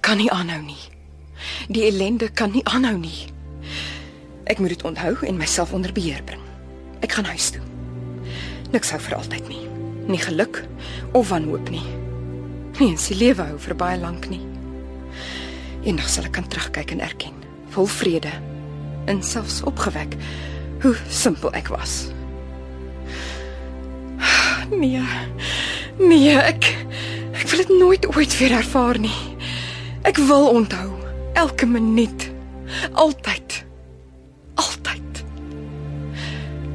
kan nie aanhou nie. Die ellende kan nie aanhou nie. Ek moet dit onthou en myself onder beheer bring. Ek gaan huis toe. Niks hou vir altyd nie. Nie geluk of wanhoop nie. Nie eens die lewe hou vir baie lank nie. Eendag sal ek kan terugkyk en erken, vol vrede en selfs opgewek hoe simpel ek was. Nee. Nee, ek ek wil dit nooit ooit weer ervaar nie. Ek wil onthou elke minuut. Altyd. Altyd.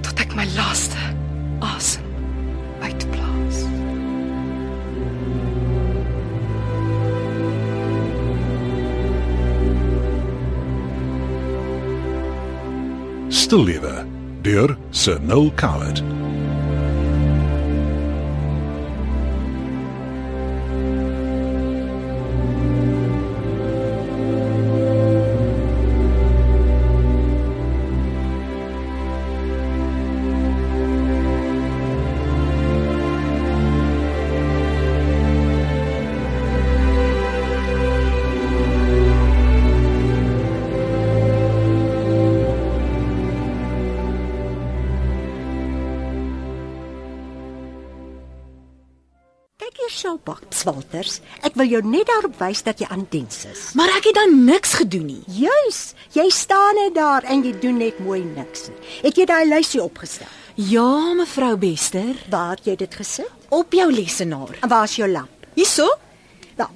Tot ek my laaste asem uitblaas. Stil Lewe deur Sir Noel Coward. Kyk hier, Shellbak Swalters, ek wil jou net daarop wys dat jy aan diens is. Maar ek het dan niks gedoen nie. Juis, jy staan net daar en jy doen net mooi niks nie. Het jy daai lysie opgestel? Ja, mevrou Bester, Waar het jy dit gesit? op jou lesenaar. En waar's jou lamp? Hierso? Wel,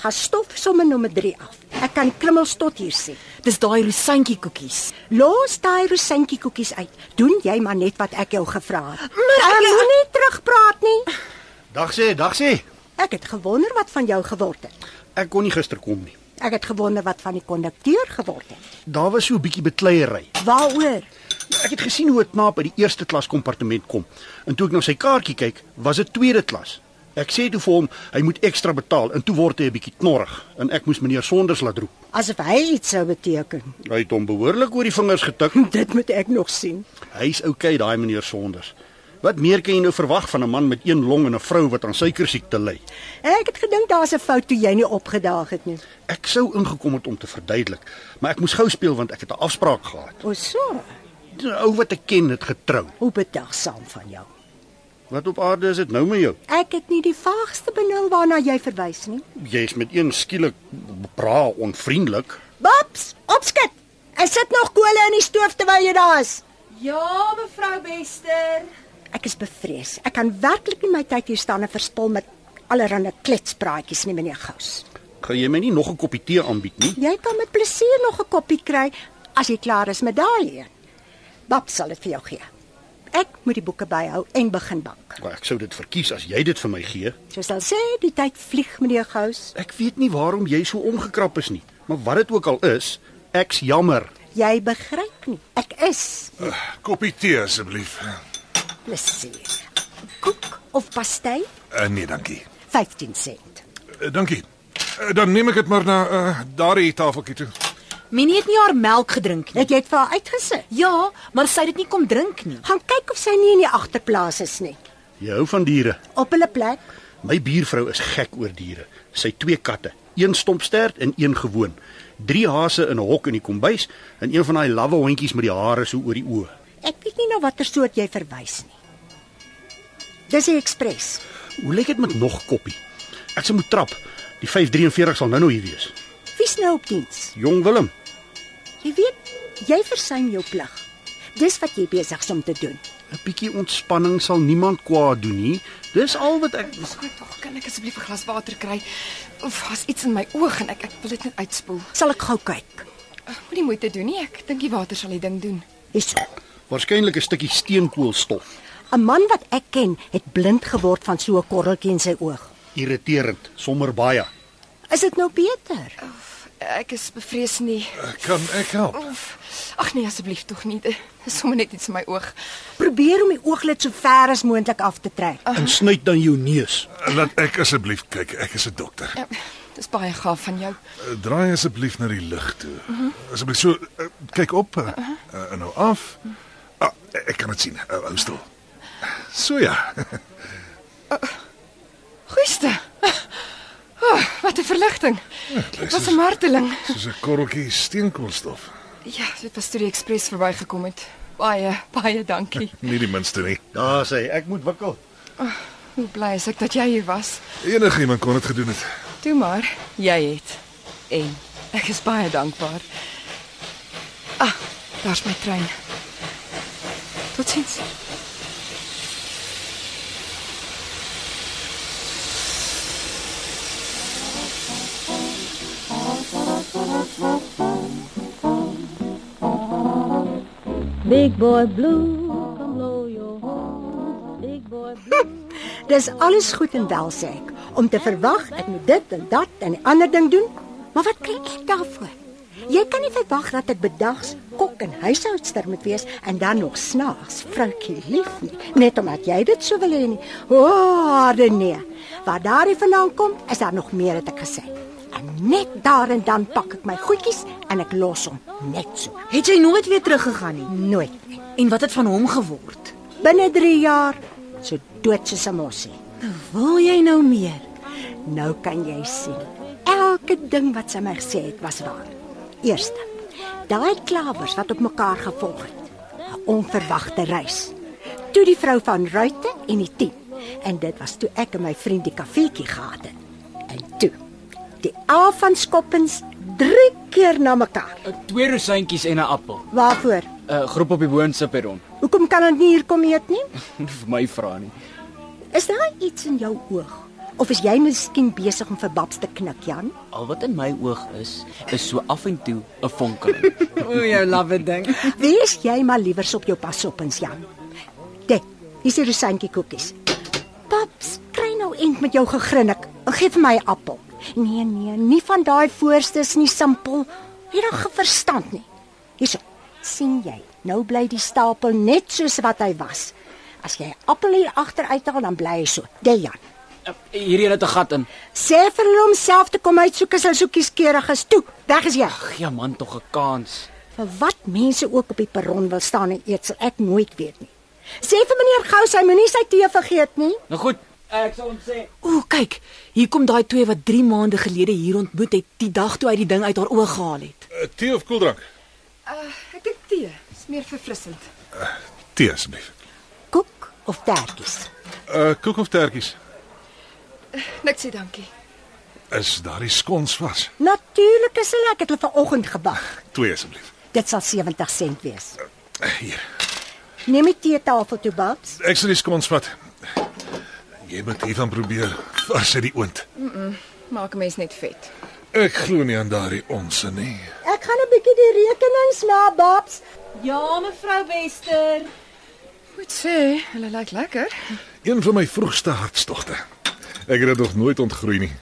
gaan stof sommer nommer 3 af. Ek kan krummels tot hier sien. Dis daai rosantjie koekies. Los daai rosantjie koekies uit. Doen jy maar net wat ek jou gevra het. Maar ek- Ek moenie terugpraat nie. Dag sê, dag sê. Ek het gewonder wat van jou geword het. Ek kon nie gister kom nie. Ek het gewonder wat van die kondukteur geword het. Daar was so 'n bietjie betleierery. Waaroor? Ek het gesien hoe 'n knaap uit die eerste klas kompartement kom. En toe ek na sy kaartjie kyk, was dit tweede klas. Ek sê toe vir hom, hy moet ekstra betaal en toe word hy 'n bietjie knorrig en ek moes meneer Sonders laat roep. Asof hy iets sou beteken. Hy het hom behoorlik oor die vingers getik. Dit moet ek nog sien. Hy's oukei okay, daai meneer Sonders. Wat meer kan jy nou verwag van 'n man met een long en 'n vrou wat aan suikersiekte ly? Ek het gedink daar's 'n fout toe jy nie opgedaag het nie. Ek sou ingekom het om te verduidelik, maar ek moes gou speel want ek het 'n afspraak gehad. O, so. 'n Ou wat ek ken het getrou. Hoe bedagsaam van jou. Wat op aarde is dit nou met jou? Ek het nie die vaagste benul waarna jy verwys nie. Jy's met een skielik bra onvriendelik. Babs, opskit. Ek sit nog kolle in die stoof terwyl jy daar is. Ja, mevrou Bester. Ek is bevrees. Ek kan werklik nie my tyd hier staan en verspil met allerlei kletspraatjies nie, meneer Gous. Gaan jy my nie nog 'n koppie tee aanbied nie? Jy kan met plesier nog 'n koppie kry as jy klaar is met daai een. Babs sal dit vir jou gee. Ek moet die boeke byhou en begin bak. Maar ek sou dit verkies as jy dit vir my gee. Soos hulle sê, die tyd vlieg, meneer Gous. Ek weet nie waarom jy so omgekrap is nie, maar wat dit ook al is, ek's jammer. Jy begryp nie. Ek is Koppie tee asseblief. Eh, plesier. Koek of pastei? Uh, nee, dankie. 15 sent. Uh, dankie. Uh, dan neem ek dit maar na uh, daardie tafeltjie toe. Minnie het nie haar melk gedrink nie. Het jy dit vir haar uitgesit? Ja, maar sy het dit nie kom drink nie. Gaan kyk of sy nie in die agterplaas is nie. Jy hou van diere. Op hulle plek. My buurvrou is gek oor diere. Sy het twee katte, een stompstert en een gewoon. Drie hase in 'n hok in die kombuis en een van daai lawwe hondjies met die hare so oor die oë. Ek weet nie na watter soort jy verwys nie. Dis die ekspres. Hoe lyk dit met nog koppie? Ek se moet trap. Die 543 sal nou-nou hier wees. Wie's nou op diens? Jong Willem, Jy weet, jy versuim jou plig. Dis wat jy besig is om te doen. 'n bietjie ontspanning sal niemand kwaad doen nie. Dis al wat ek Skoon tog, kan ek asseblief 'n glas water kry? Of daar's iets in my oog en ek ek wil dit net uitspoel. Sal ek gou kyk. Moenie moeite doen nie. Ek dink die water sal die ding doen. Hier's waarskynlik 'n stukkie steenkoolstof. 'n man wat ek ken, het blind geword van so 'n korreltjie in sy oog. Irriterend, sommer baie. Is dit nou beter? Ek is bevrees nie. Uh, kan ek help? Ag nee, asseblief tog nie. Dit is sommer net iets in my oog. Probeer om die ooglid so ver as moontlik af te trek. En snuit dan jou neus. Uh, laat ek asseblief kyk. Ek is 'n dokter. Ja, Dis baie gaaf van jou. Uh, draai asseblief na die lig toe. Asseblief so uh, kyk op uh, uh, en nou af. Ah, ek kan dit sien. Uh, hou stil. So ja. Goeieste. Oh, wat 'n verligting. Dit was 'n marteling. Soos 'n korreltjie steenkoolstof. Ja, dit was toe die ekspres verbygekom het. Baie, baie dankie. Nie die minste nie. Daar sê ek moet wikkel. Hoe bly is ek dat jy hier was. Enigiemand kon dit gedoen het. Toe maar, jy het. En ek is baie dankbaar. Ah, daar's my trein. Totsiens. Big boy blue, come blow your horns. Big boy blue. Dis alles goed en wel sê ek om te verwag ek moet dit en dat en die ander ding doen, maar wat kry ek daarvoor? Jy kan nie verwag dat ek bedags kok en huishoudster moet wees en dan nog snaaks vroutjie lief nie, net omdat jy dit so wil hê nie. O, harde nee. Waar daardie vandaan kom, is daar nog meer het ek gesê. En net daar en dan pak ek my goedjies en ek los hom net so. Het jy nooit weer teruggegaan nie? Nooit nie. En wat het van hom geword? Binne 3 jaar so dood soos 'n mossie. Wil jy nou meer? Nou kan jy sien. Elke ding wat sy my gesê het was waar. Eerste, daai klawers wat op mekaar gevolg het. 'n Onverwagte reis. Toe die vrou van Ruiten en die tien. En dit was toe ek en my vriend die kafeetjie gehad het. En toe die A van Skoppens 3 keer na mekaar. Twee rosientjies en 'n appel. Waarvoor? 'n uh, Groep op die boonste perron. Hoekom kan hulle nie hier kom eet nie? Moenie vir my vra nie. Is daar iets in jou oog? Of is jy miskien besig om vir Babs te knik, Jan? Al wat in my oog is, is so af en toe 'n vonkeling. O, jou love ding. Wees jy maar liewers op jou pas op ens Jan. Dek, dis hier rusantjie koekies. Paps, kry nou end met jou gegrinnik. Gee vir my 'n appel. Nee nee, nie van daai voorstes nie, simpel. Jy het geen verstand nie. Hierso. sien jy? Nou bly die stapel net soos wat hy was. As jy 'n appel hier agter uithaal, dan bly hy so. Dek Jan. Uh, Hierdie het 'n gat in. Sê vir hom om self te kom uitsoek as hy so kieskeurig is. Toe, weg is jy. Gee man tog 'n kans. Vir wat mense ook op die perron wil staan en eet, sal ek nooit weet nie. Sê vir meneer Gous hy moenie sy tee vergeet nie. Nou goed, ek sal hom sê. O, kyk, hier kom daai twee wat 3 maande gelede hier ontmoet het, die dag toe hy die ding uit haar oë gehaal het. Uh, tee of koeldrank? Uh, ek dink tee is meer verfrissend. Tee asseblief. Koek of tertjies. Uh koek of tertjies? Niks sê dankie. Is daardie skons vas? Natuurlik is hulle ek het hulle vanoggend gebak. Twee asseblief. Dit sal 70 sent wees. Uh, Hier. Neem die teetafel toe, Babs. Ek sal die skons vat. Jy moet hiervan probeer. Vars uit die oond. Maak 'n mens net vet. Ek glo nie aan daardie onse nie. Ek gaan 'n bietjie die rekenings na, Babs. Ja, mevrou Wester. Moet sê, hulle lyk lekker. Een van my vroegste hartstogte. Ek het dit nog nooit ontgroei nie.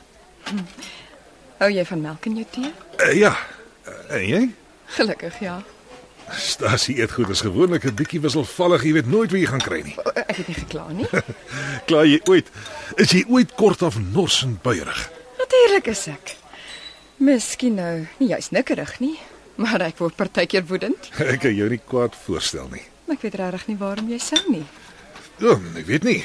Hou jy van melk in jou tee? Uh, ja. Uh, en jy? Gelukkig ja. Stasie eet goed as gewoonlik 'n bietjie wisselvallig, jy weet nooit wie jy gaan kry nie. O, Eh, Ek het nie gekla nie. Klaar jy ooit? Is jy ooit kortaf nors en buierig? Natuurlik is ek. Miskien nou, nie juis nikkerig nie, maar ek word partykeer woedend. Ek kan jou nie kwaad voorstel nie. Maar ek weet regtig nie waarom jy sou nie. O, Ja, ek weet nie.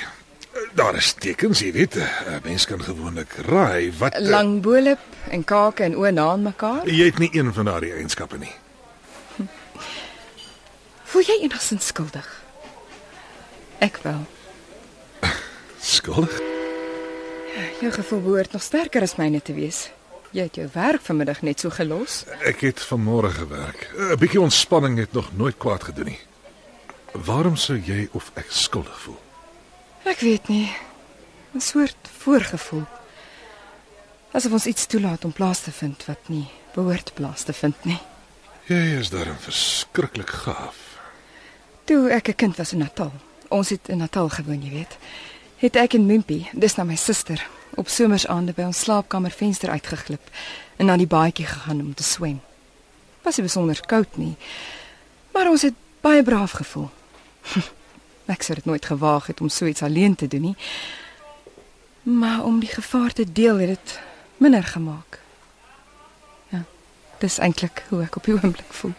Daar is tekens, jy weet, 'n mens kan gewoonlik raai wat eh, Lang bolop en kake en oë na aan mekaar. Jy het nie een van daardie eienskappe nie. Voel jy enigsins skuldig? Ek wel. Skuldig? Jou gevoel behoort nog sterker as myne te wees. Jy het jou werk vanmiddag net so gelos. Ek het vanmôre gewerk. Eh, 'n Bietjie ontspanning het nog nooit kwaad gedoen nie. Waarom sou jy of ek skuldig voel? Ek weet nie. 'n Soort voorgevoel. Asof ons iets toelaat om plaas te vind wat nie behoort plaas te vind nie. Jy is daarin verskriklik gaaf. Toe ek 'n kind was in Natal. Ons het in Natal gewoon, jy weet. Het ek en Mimpie, dis nou my suster, op somersaande by ons slaapkamervenster uitgeglip en na die baadjie gegaan om te swem. Was nie besonder koud nie, maar ons het baie braaf gevoel. ek sou dit nooit gewaag het om so iets alleen te doen nie. Maar om die gevaar te deel het dit minder gemaak. Ja, dis eintlik hoe ek op die oomblik voel.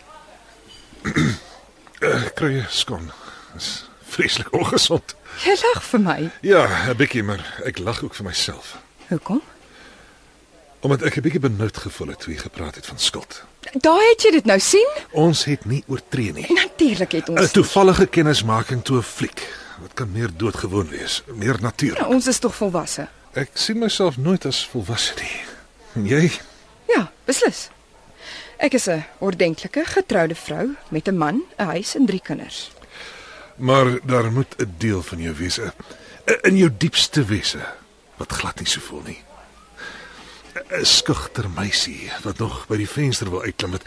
Ek Eh, kry 'n skon. Dis vreeslik ongesond. Jy lag vir my. Ja, 'n bietjie, maar ek lag ook vir myself. Hoekom? Omdat ek 'n bietjie benoud gevoel het toe jy gepraat het van skuld. Daar het jy dit nou sien? Ons het nie oortree nie. Natuurlik het 'n ons. Toevallige kennismaking toe 'n fliek. Dit kan meer doodgewoon wees, meer Ja, natuurlik. Nou, ons is tog volwasse. Ek sien myself nooit as volwasse nie. En jy? Ja, beslis. Ek is 'n ordentlike, getroude vrou met 'n man, 'n huis en drie kinders. Maar daar moet 'n deel van jou wees, 'n- in jou diepste wese wat glad nie so voel nie. 'n Skugter meisie wat nog by die venster wil uitklim met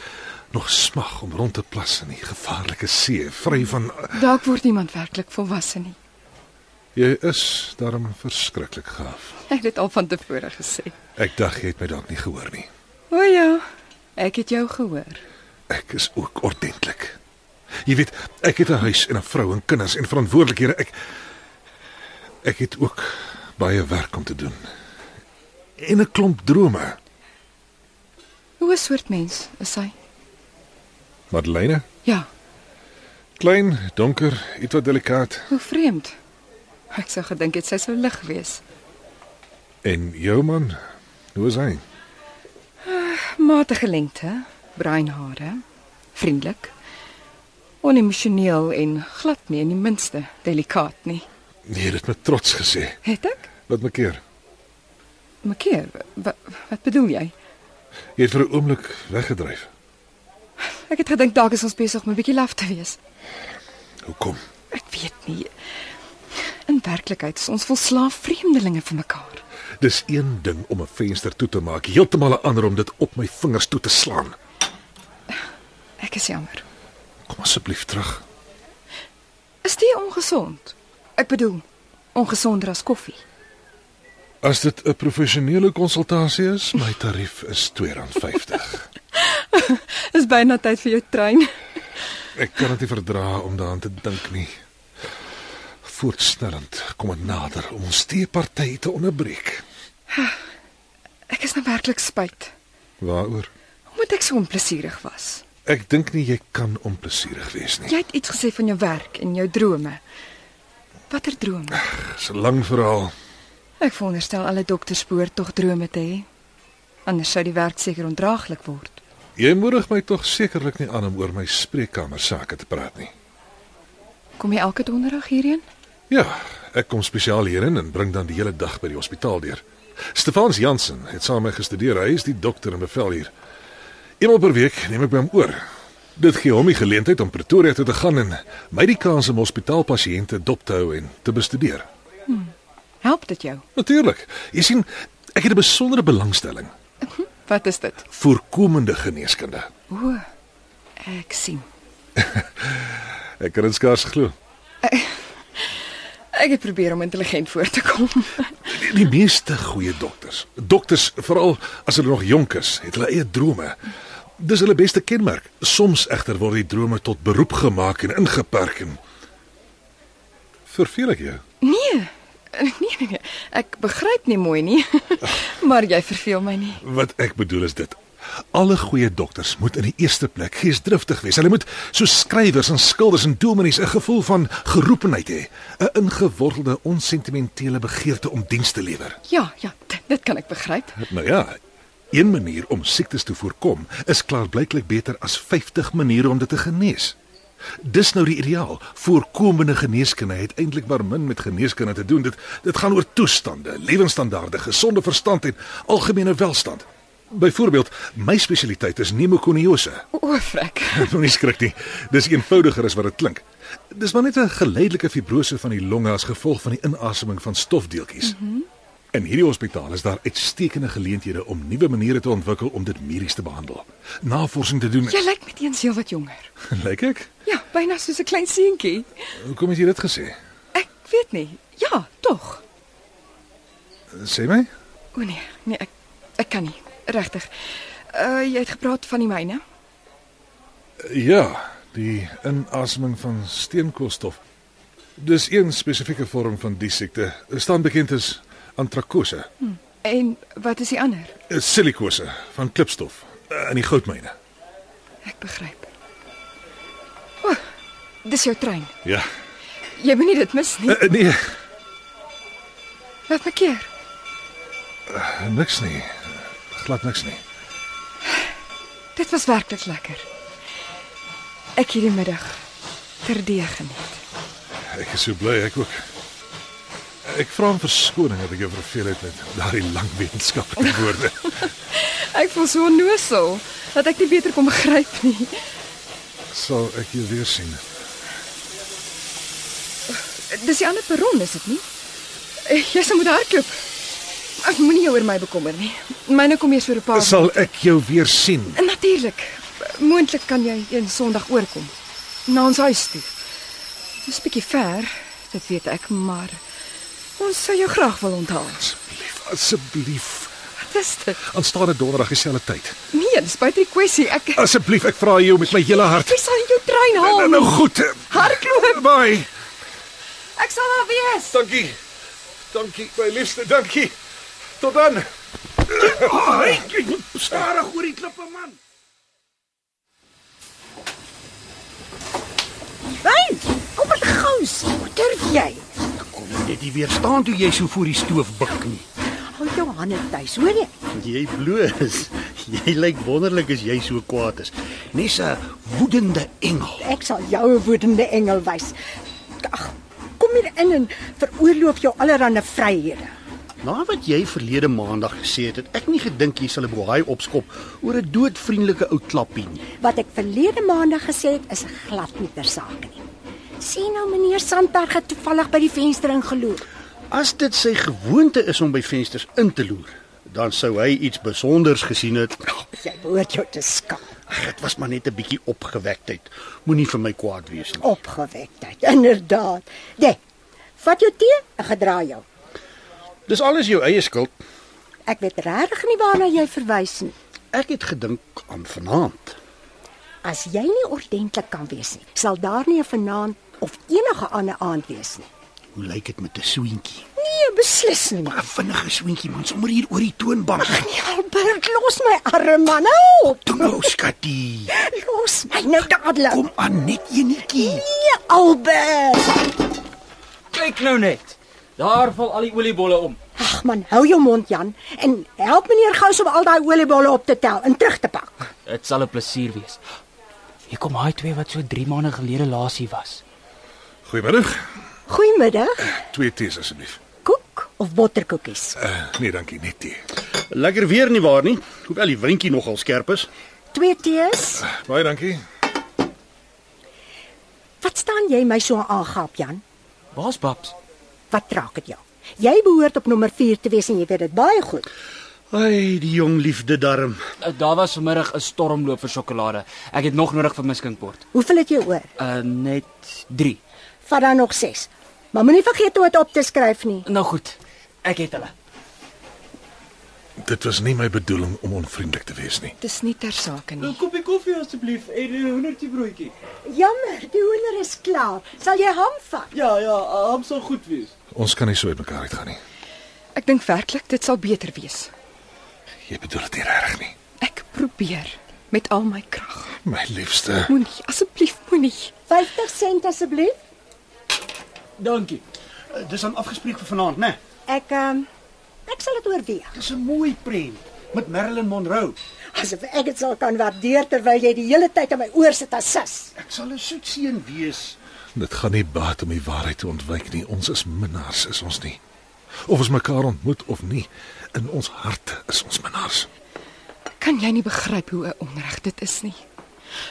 nog smag om rond te plas in die gevaarlike see, vry van Dalk word iemand werklik volwasse nie. jy is daarom verskriklik gaaf. Ek het dit al van tevore gesê. Ek dink jy het my dalk nie gehoor nie. O ja, ek het jou gehoor. Ek is ook ordentlik. Jy weet, ek het 'n huis en 'n vrou en kinders en verantwoordelikhede. Ek ek het ook baie werk om te doen. En 'n klomp drome. Hoe 'n soort mens is hy? Madeleine, Ja, klein, donker, ietwat delikaat. hoe vreemd. Ek sou gedink dit sy sou lig wees. En jou man, hoe is hy? Matige lengte, bruin hare, vriendelik, onemosioneel en glad nie in die minste delikaat nie. Jy het dit met trots gesê. Het ek? Wat maak keer? Mekeer, wat, wat bedoel jy? Jy het vir 'n oomblik weggedryf. Ek het gedink dalk is ons besig om 'n bietjie laf te wees. Hoekom? Ek weet nie. In werklikheid is ons volslaaf vreemdelinge vir mekaar. Dis een ding om 'n venster toe te maak, heeltemal 'n ander om dit op my vingers toe te slaan. Ek is jammer. Kom asseblief terug. Is dit ongesond? Ek bedoel, ongesonder as koffie. As dit 'n professionele konsultasie is, my tarief is R2.50. Is byna tyd vir jou trein. Ek kan dit nie verdra om daaraan te dink nie. Voortsnellend kom dit nader om ons teepartytjie te onderbreek. Ek is nou werklik spyt. Waaroor? Omdat ek so onplesierig was. Ek dink nie jy kan onplesierig wees nie. Jy het iets gesê van jou werk en jou drome. Watter drome? Dis 'n lang verhaal. Ek veronderstel alle dokters behoort tog drome te hê. Anders sou die werk seker ondraaglik word. Jy moedig my tog sekerlik nie aan om oor my spreekkamer sake te praat nie. Kom jy elke donderdag hierheen? Ja, ek kom spesiaal hierin en bring dan die hele dag by die hospitaal deur. Stefans Jansen het saam met my gestudeer. Hy is die dokter in bevel hier. Eenmal per week neem ek by hom oor. Dit gee hom die geleentheid om Pretoria toe te gaan en my die kans om hospitaalpasiënte dop te hou en te bestudeer. Help dit jou? Natuurlik. Jy sien, ek het 'n besondere belangstelling Wat is dit? voorkomende geneeskunde. O, ek sien. Ek kan dit skaars glo. Ek het probeer om intelligent voor te kom. Die, die meeste goeie dokters, dokters veral as hulle nog jonk is, het hulle eie drome. Dis hulle beste kenmerk. Soms egter word die drome tot beroep gemaak en ingeperk en verveel ek jou. Nee. Nee nee nee. Ek begryp nie mooi nie. maar jy verveel my nie. Wat ek bedoel is dit. Alle goeie dokters moet in die eerste plek geesdriftig wees. Hulle moet so skrywers en skilders en dominees 'n gevoel van geroepenheid hê, 'n ingewortelde onsentimentele begeerte om diens te lewer. Ja, ja, dit, dit kan ek begryp. Nou ja, een manier om siektes te voorkom is klaarblyklik beter as 50 maniere om dit te genees. Dis nou die ideaal. Voorkomende geneeskunde het eintlik maar min met geneeskunde te doen. Dit dit gaan oor toestande, lewenstandaarde, gesonde verstand en algemene welstand. Byvoorbeeld, my spesialiteit is pneumokoniose. O, frek. Moenie skrik nie. Dis eenvoudiger as wat dit klink. Dis maar net 'n geleidelike fibrose van die longe as gevolg van die inaseming van stofdeeltjies. Mm -hmm. In hierdie hospitaal is daar uitstekende geleenthede om nuwe maniere te ontwikkel om dit medies te behandel. Navorsing te doen. Jy lyk met eens heel wat jonger. Lyk ek? Ja, byna soos 'n klein seentjie. Hoekom het jy dit gesê? Ek weet nie. Ja, tog. Sê my? O nee, nee, ek ek kan nie. Regtig. Uh jy het gepraat van die myne. Ja, die inaseming van steenkoolstof. Dis een spesifieke vorm van die siekte, staan bekend as antrakose, En wat is die ander? silikose van klipstof eh, in die goudmyne. Ek begryp. O, dis jou trein. Ja. Jy moenie dit mis nie. Uh, nee, Eh. Wat maak keer? Eh, niks nie. Glad niks nie. Dit was werklik lekker. Ek hierdie middag terdee geniet. Ek is so bly ek ook. Ek vra om verskoning dat ek jou verveel het met daardie lang wetenskaplike woorde. Ek voel so onnoosel dat ek nie beter kon begryp nie. Sal ek jou weer sien? Dis die ander perron, is dit nie? Eh, Jy sal moet hardloop. Ek moenie jou oor my bekommer nie. Myne kom eers vir 'n paar. Sal ek jou weer sien? Natuurlik. Moontlik kan jy een Sondag oorkom na ons huis toe. Dis 'n bietjie ver, dit weet ek, maar ons sou jou graag wil onthaal. Asseblief, asseblief. Wat is dit? Aanstaande donderdag dieselfde tyd. Nee, dis buite die kwessie. Ek Asseblief, ek vra jou met my hele hart. Wie sal jou trein haal? Nou, nou goed. Hardloop. Bye. Ek sal daar wees. Dankie. Dankie, my liefste, dankie. Tot dan. Ai, stadig oor die klippe man. Hey, kom met gou, hoe durf jy? Kom jy net nie weer staan toe jy so voor die stoof buig nie. Hou jou hande tuis, hoor jy? Jy bloos. Jy lyk wonderlik as jy so kwaad is. Nes 'n woedende engel. Ek sal jou 'n woedende engel wys. Ag, kom hier in en veroorloof jou allerlei vryhede. Na wat jy verlede maandag gesê het, het ek nie gedink jy sal 'n bohaai opskop oor 'n doodvriendelike ou klappie nie. Wat ek verlede maandag gesê het, is glad nie ter sake nie. Sien nou meneer Sandberg het toevallig by die venster ingeloer. As dit sy gewoonte is om by vensters in te loer, dan sou hy iets besonders gesien het. Jy behoort jou te skaam. Ag, dit was maar net 'n bietjie opgewektheid. Moenie vir my kwaad wees nie. Opgewektheid, inderdaad. Jy, vat jou tee en gedra jou. Dis alles jou eie skuld. Ek weet regtig nie waarna jy verwys nie. Ek het gedink aan vanaand. As jy nie ordentlik kan wees nie, sal daar nie 'n vanaand of enige ander aand wees nie. Hoe lyk dit met 'n soentjie? Nee, beslis nie. 'n Vinnige soentjie man, sommer hier oor die toonbank. Nee, Albert, los my arm man. Nou, Toe nou, skatjie. los my nou dadelik. Kom aan, net enetjie. Nee, Albert. Kyk nou net. Daar val al die oliebolle om. Ag man, hou jou mond Jan en help meneer Gous om al daai oliebolle op te tel en terug te pak. Dit sal 'n plesier wees. Hier kom daai twee wat so 3 maande gelede laas hier was. Goeiemiddag. Goeiemiddag. Twee tees asseblief. Koek of botterkoekies? Uh, nee, dankie, net tee. Lekker weer nie waar nie, hoewel die windjie nogal skerp is. Twee tees. Baie dankie. Wat staan jy my so aangap Jan? Waar's Babs? Wat raak dit jou? Jy behoort op nommer 4 te wees en jy weet dit baie goed. Ai, die jong liefde darm. Uh, Daar was vanmiddag 'n stormloop vir sjokolade. Ek het nog nodig vir my skinkbord. Hoeveel het jy oor? Uh net 3. Vat dan nog 6. Maar moenie vergeet om dit op te skryf nie. Nou goed. Ek het hulle. Dit was nie my bedoeling om onvriendelik te wees nie. Dis nie ter sake nie. koppie koffie asseblief en 'n honderdjie broodjie. Jammer, die hoender is klaar. Sal jy hom vat? Ja ja, hom sal goed wees. Ons kan nie so uitmekaar uitgaan nie. Ek dink werklik dit sal beter wees. Jy bedoel dit nie regtig nie. Ek probeer met al my krag. My liefste. Moenie asseblief moenie. 50 sent asseblief. Dankie. Eh, Dis aan afgespreek vir vanaand, né? Ek ehm um, ek sal dit oorweeg. Dis 'n mooi prent met Marilyn Monroe. Asof ek dit sal kan waardeer terwyl jy die hele tyd aan my oor sit as sis. Ek sal 'n soet seun wees. Dit gaan nie baat om die waarheid te ontwyk nie. Ons is minnaars, is ons nie? Of ons mekaar ontmoet of nie, in ons harte is ons minnaars. Kan jy nie begryp hoe 'n onreg dit is nie?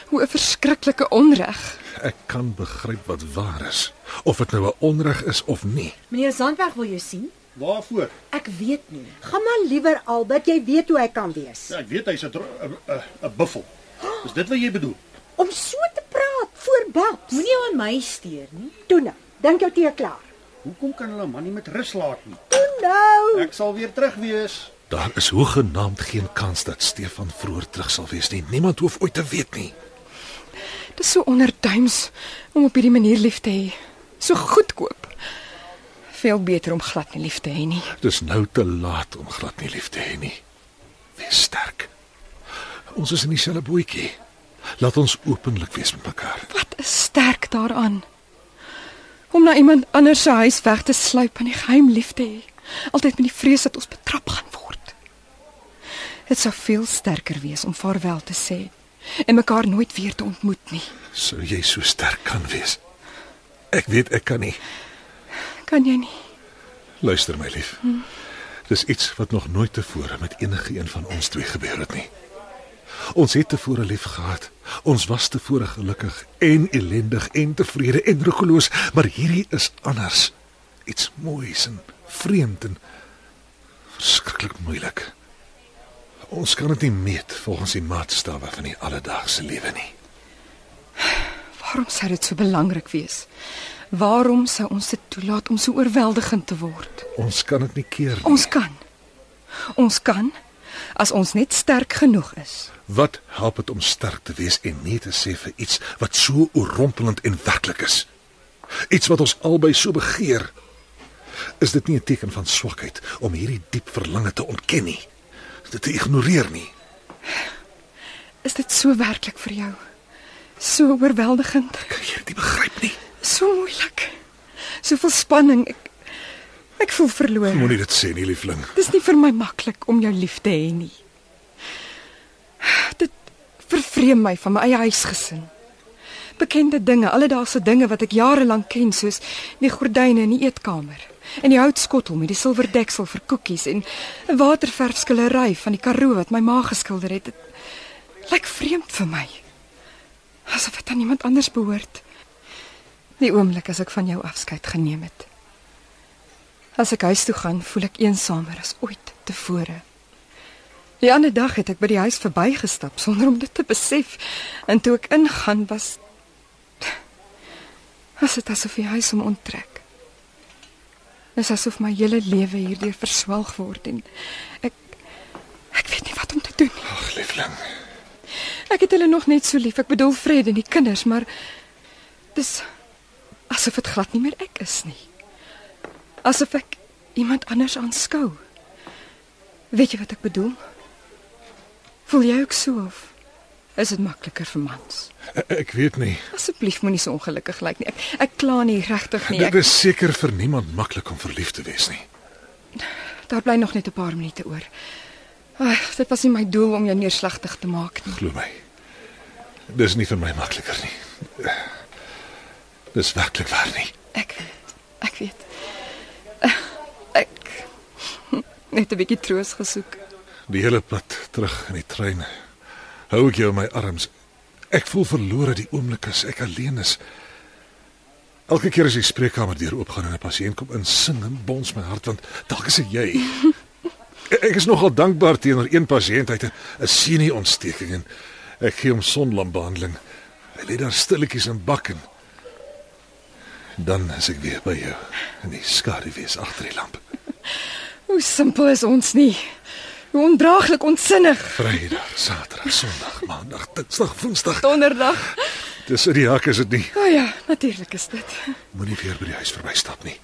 Hoe 'n verskriklike onreg. Ek kan begryp wat waar is, of dit nou 'n onreg is of nie. Meneer Sandberg wil jou sien. Waarvoor? Ek weet nie. Gaan maar liewer Albert, jy weet hoe hy kan wees. Ja, ek weet hy's 'n dro- 'n 'n- 'n buffel. Is dit wat jy bedoel? Om so te praat voor Babs. Moenie jou aan my steur nie. toe nou. Dink jou tee klaar. Hoekom kan hulle 'n man nie met rus laat nie? Toe nou. Ek sal weer terug wees. Daar is hoegenaamd geen kans dat Stefan vroeër terug sal wees nie. Niemand hoef ooit te weet nie. Dis so onderduims om op hierdie manier lief te hê. So goedkoop. Veel beter om glad nie lief te hê nie. Dis nou te laat om glad nie lief te hê nie. Wees sterk. Ons is in dieselfde bootjie. Laat ons openlik wees met mekaar. Wat is sterk daaraan? Om na iemand anders se huis weg te sluip en die geheim lief te hê. Altyd met die vrees dat ons betrap gaan word. Dit sou veel sterker wees om vaarwel te sê en mekaar nooit weer te ontmoet nie. Sou jy so sterk kan wees? Ek weet ek kan nie. Kan jy nie? Luister my lief. Dis iets wat nog nooit tevore met enige een van ons twee gebeur het nie. Ons het tevore lief gehad. Ons was tevore gelukkig en ellendig en tevrede en roekeloos, maar hierdie is anders. Iets moois en vreemd en verskriklik moeilik. Ons kan dit nie meet volgens die maatstawwe van die alledaagse lewe nie. Waarom sou dit so belangrik wees? Waarom sou ons dit toelaat om so oorweldigend te word? Ons kan dit nie keer nie. Ons kan. Ons kan as ons net sterk genoeg is. Wat help dit om sterk te wees en nee te sê vir iets wat so oorrompelend en werklik is? Iets wat ons albei so begeer. Is dit nie 'n teken van swakheid om hierdie diep verlange te ontken nie? Dit te ignoreer nie. Is dit so werklik vir jou? So oorweldigend, Kan jy dit nie begryp nie? so moeilik. Soveel spanning. Ek ek voel verloor. Moenie dit sê nie, liefling. Dis nie vir my maklik om jou lief te hê nie. Dit vervreem my van my eie huisgesin. Bekende dinge, alledaagse dinge wat ek jare lank ken, soos die gordyne in die eetkamer en die houtskottel met die silwer deksel vir koekies en 'n waterverfskillery van die Karoo wat my ma geskilder het. Dit lyk vreemd vir my. Asof dit aan iemand anders behoort. Die oomblik as ek van jou afskeid geneem het. As ek huis toe gaan, voel ek eensamer as ooit tevore. Die ander dag het ek by die huis verbygestap sonder om dit te besef en toe ek ingaan was was dit asof die huis om onttrek. Dis asof my hele lewe hierdeur verswelg word en ek ek weet nie wat om te doen nie. Ag, liefling. Ek het hulle nog net so lief. Ek bedoel Fred en die kinders, maar dis asof dit glad nie meer ek is nie. Asof ek iemand anders aanskou. Weet jy wat ek bedoel? Voel jy ook so of is dit makliker vir mans? Ek- E, Ek weet nie. Asseblief moenie so ongelukkig lyk nie. Ek ek kla nie regtig nie. Dit Nee, Ek, is seker vir niemand maklik om verlief te wees nie. daar bly nog net 'n paar minute oor. Ag, dit was nie my doel om jou neerslagtig te maak nie. Glo my. Dis nie vir my makliker nie. Dis werklik waar nie. Ek weet. Ek weet. Ek net 'n bietjie troos gesoek. Die hele pad terug in die trein. Hou ek jou in my arms. Ek voel verlore die oomblik as ek alleen is. Elke keer as die spreekkamer deur oopgaan en 'n pasiënt kom in, sing en bons my hart want dalk is dit jy. Ek ek is nogal dankbaar teenoor een pasiënt uit 'n 'n senuweeontsteking en ek gee hom sonlampbehandeling. Hy lê daar stilletjies in bak en dan as ek weer by jou in die skaduwee is agter die lamp. Hoe simpel is ons nie. Hoe ondraaglik onsinnig. Vrydag, Saterdag, Sondag, Maandag, Dinsdag, Woensdag. Donderdag. Dis in die hak is dit nie. O oh ja, natuurlik is dit. Moenie weer by die huis verbystap nie.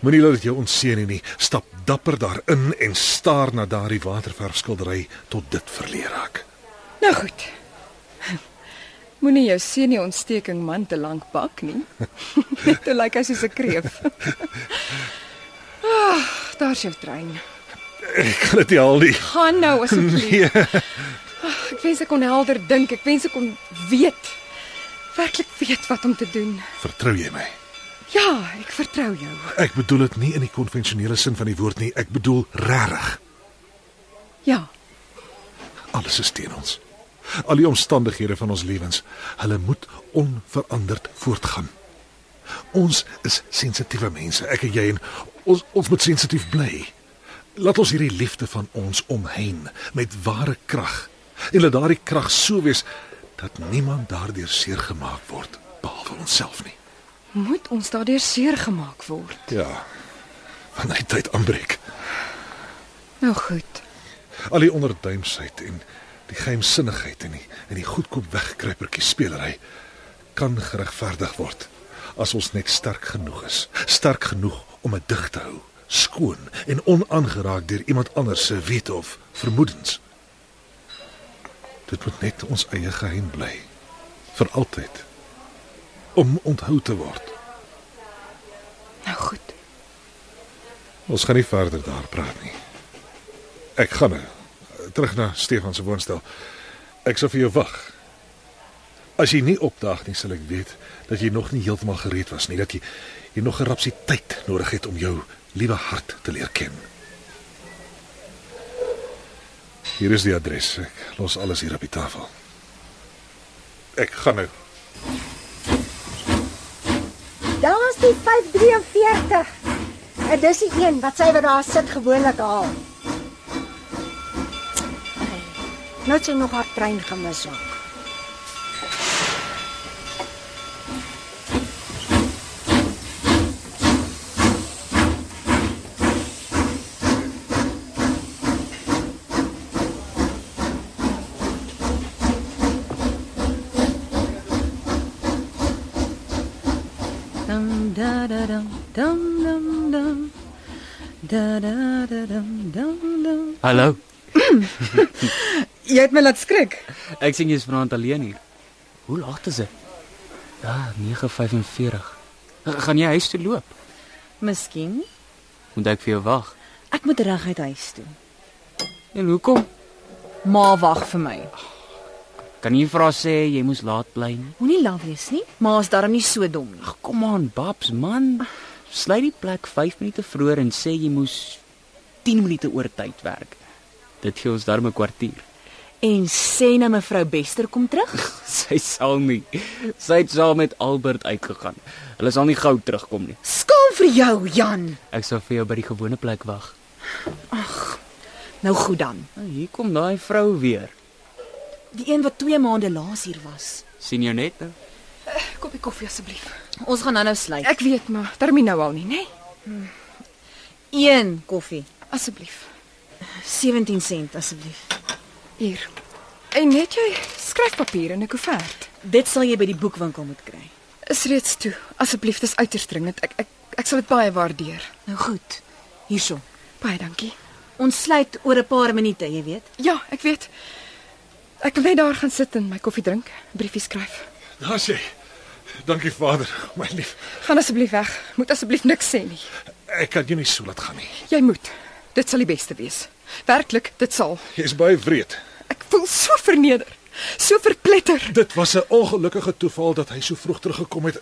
Moenie laat dit jou onseën nie. Stap dapper daarin en staar na daardie waterverfskildery tot dit verleer raak. Nou goed. Moenie jou senie ontsteking man te lank bak nie. Net toe lyk hy soos 'n kreef. Ah, daar's jou trein. Ek kan dit nie al nie. Gaan nou asseblief. Nee. Ek wens ek kon helder dink. Ek wens ek kon weet. Werklik weet wat om te doen. Vertrou jy my? Ja, ek vertrou jou. Ek bedoel dit nie in die konvensionele sin van die woord nie. Ek bedoel regtig. Ja, Alles is teen ons. Al die omstandighede van ons lewens, hulle moet onveranderd voortgaan. Ons is sensitiewe mense, ek en jy en ons ons moet sensitief bly. Laat ons hierdie liefde van ons omheen met ware krag. En laat daardie krag so wees dat niemand daardeur seer gemaak word behalwe onsself nie. moet ons daardeur seer gemaak word. Ja. Wanneer die tyd aanbreek, Nou goed. al die onderduimsheid en die geheimsinnigheid en die en die goedkoop wegkruipertjie spelery kan geregverdig word as ons net sterk genoeg is. Sterk genoeg om dit dig te hou, skoon en onaangeraak deur iemand anders se wete of vermoedens. Dit moet net ons eie geheim bly vir altyd om onthou te word. Nou goed. Ons gaan nie verder daar praat nie. Ek gaan nou. terug na Stefan se woonstel. Ek sal vir jou wag. As jy nie opdaag nie, sal ek weet dat jy nog nie heeltemal gereed was nie, dat jy jy nog 'n rapsie tyd nodig het om jou liewe hart te leer ken. Hier is die adres. Ek los alles hier op die tafel. Ek gaan nou. Daar's die 543. En dis die een wat sy wat daar sit gewoonlik haal. Nou het sy nog haar trein gemis ook. Dum da da dum dum dum dum. Da da da dum dum dum. Hallo. Jy het my laat skrik. Ek sien jy's vanaand alleen hier. Hoe laat is dit? Ja, 9:45. Ga- Gaan jy huis toe loop? Miskien Moet ek vir jou wag? ek moet reguit huis toe. En hoekom? Ma wag vir my. Kan jy vra sê jy moes laat bly nie? Moenie laf wees nie. Ma is darm nie so dom nie. Ag, kom aan, Babs, man. Sluit die plek 5 minute vroeër en sê jy moes 10 minute oor tyd werk. Dit gee ons darm 'n kwartier. En sê nou mevrou Bester kom terug? Sy sal nie. Sy het saam met Albert uitgegaan. Hulle sal nie gou terugkom nie. Skaam vir jou, Jan. Ek sal vir jou by die gewone plek wag. Nou goed dan. Nou, Hier kom daai vrou weer. Die een wat 2 maande laas hier was. sien jou net nou. Koppie koffie asseblief. Ons gaan nou-nou sluit. Ek weet maar, termyn nou al nie, nê? Nee? Een koffie, Asseblief. 17 sent asseblief. Hier. En net jy skryfpapier en 'n koevert. Dit sal jy by die boekwinkel moet kry. Is reeds toe. Asseblief, dis uiters dringend. Ek ek ek sal dit baie waardeer. Nou goed. Hierso. Baie dankie. Ons sluit oor 'n paar minute, jy weet. Ja, ek weet. Ek wil net daar gaan sit en my koffie drink, briefie skryf. Daar's jy. Dankie Vader, my lief. Gaan asseblief weg. Moet asseblief niks sê nie. Ek kan jou nie so laat gaan nie. Jy moet. Dit sal die beste wees. Werklik, dit sal. Jy's baie wreed. Ek voel so verneder, so verpletter. Dit was 'n ongelukkige toeval dat hy so vroeg teruggekom het.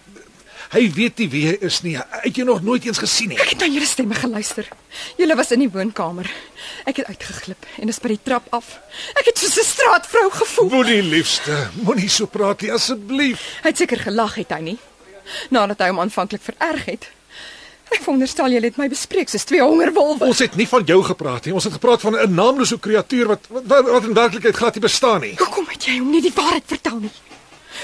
Hy weet nie wie hy is nie. Hy het jou nog nooit eens gesien nie. Ek het na julle stemme geluister. Julle was in die woonkamer. Ek het uitgeglip en is by die trap af. Ek het soos 'n straatvrou gevoel. Moenie liefste, moenie so praat nie asseblief. Hy het seker gelag het hy nie. Nadat hy hom aanvanklik vererg het. Ek veronderstel julle het my bespreek soos twee honger wolwe. Ons het nie van jou gepraat nie. Ons het gepraat van 'n naamlose kreatuur wat wat, wat in werklikheid glad nie bestaan nie. Hoekom het jy hom nie die waarheid vertel nie?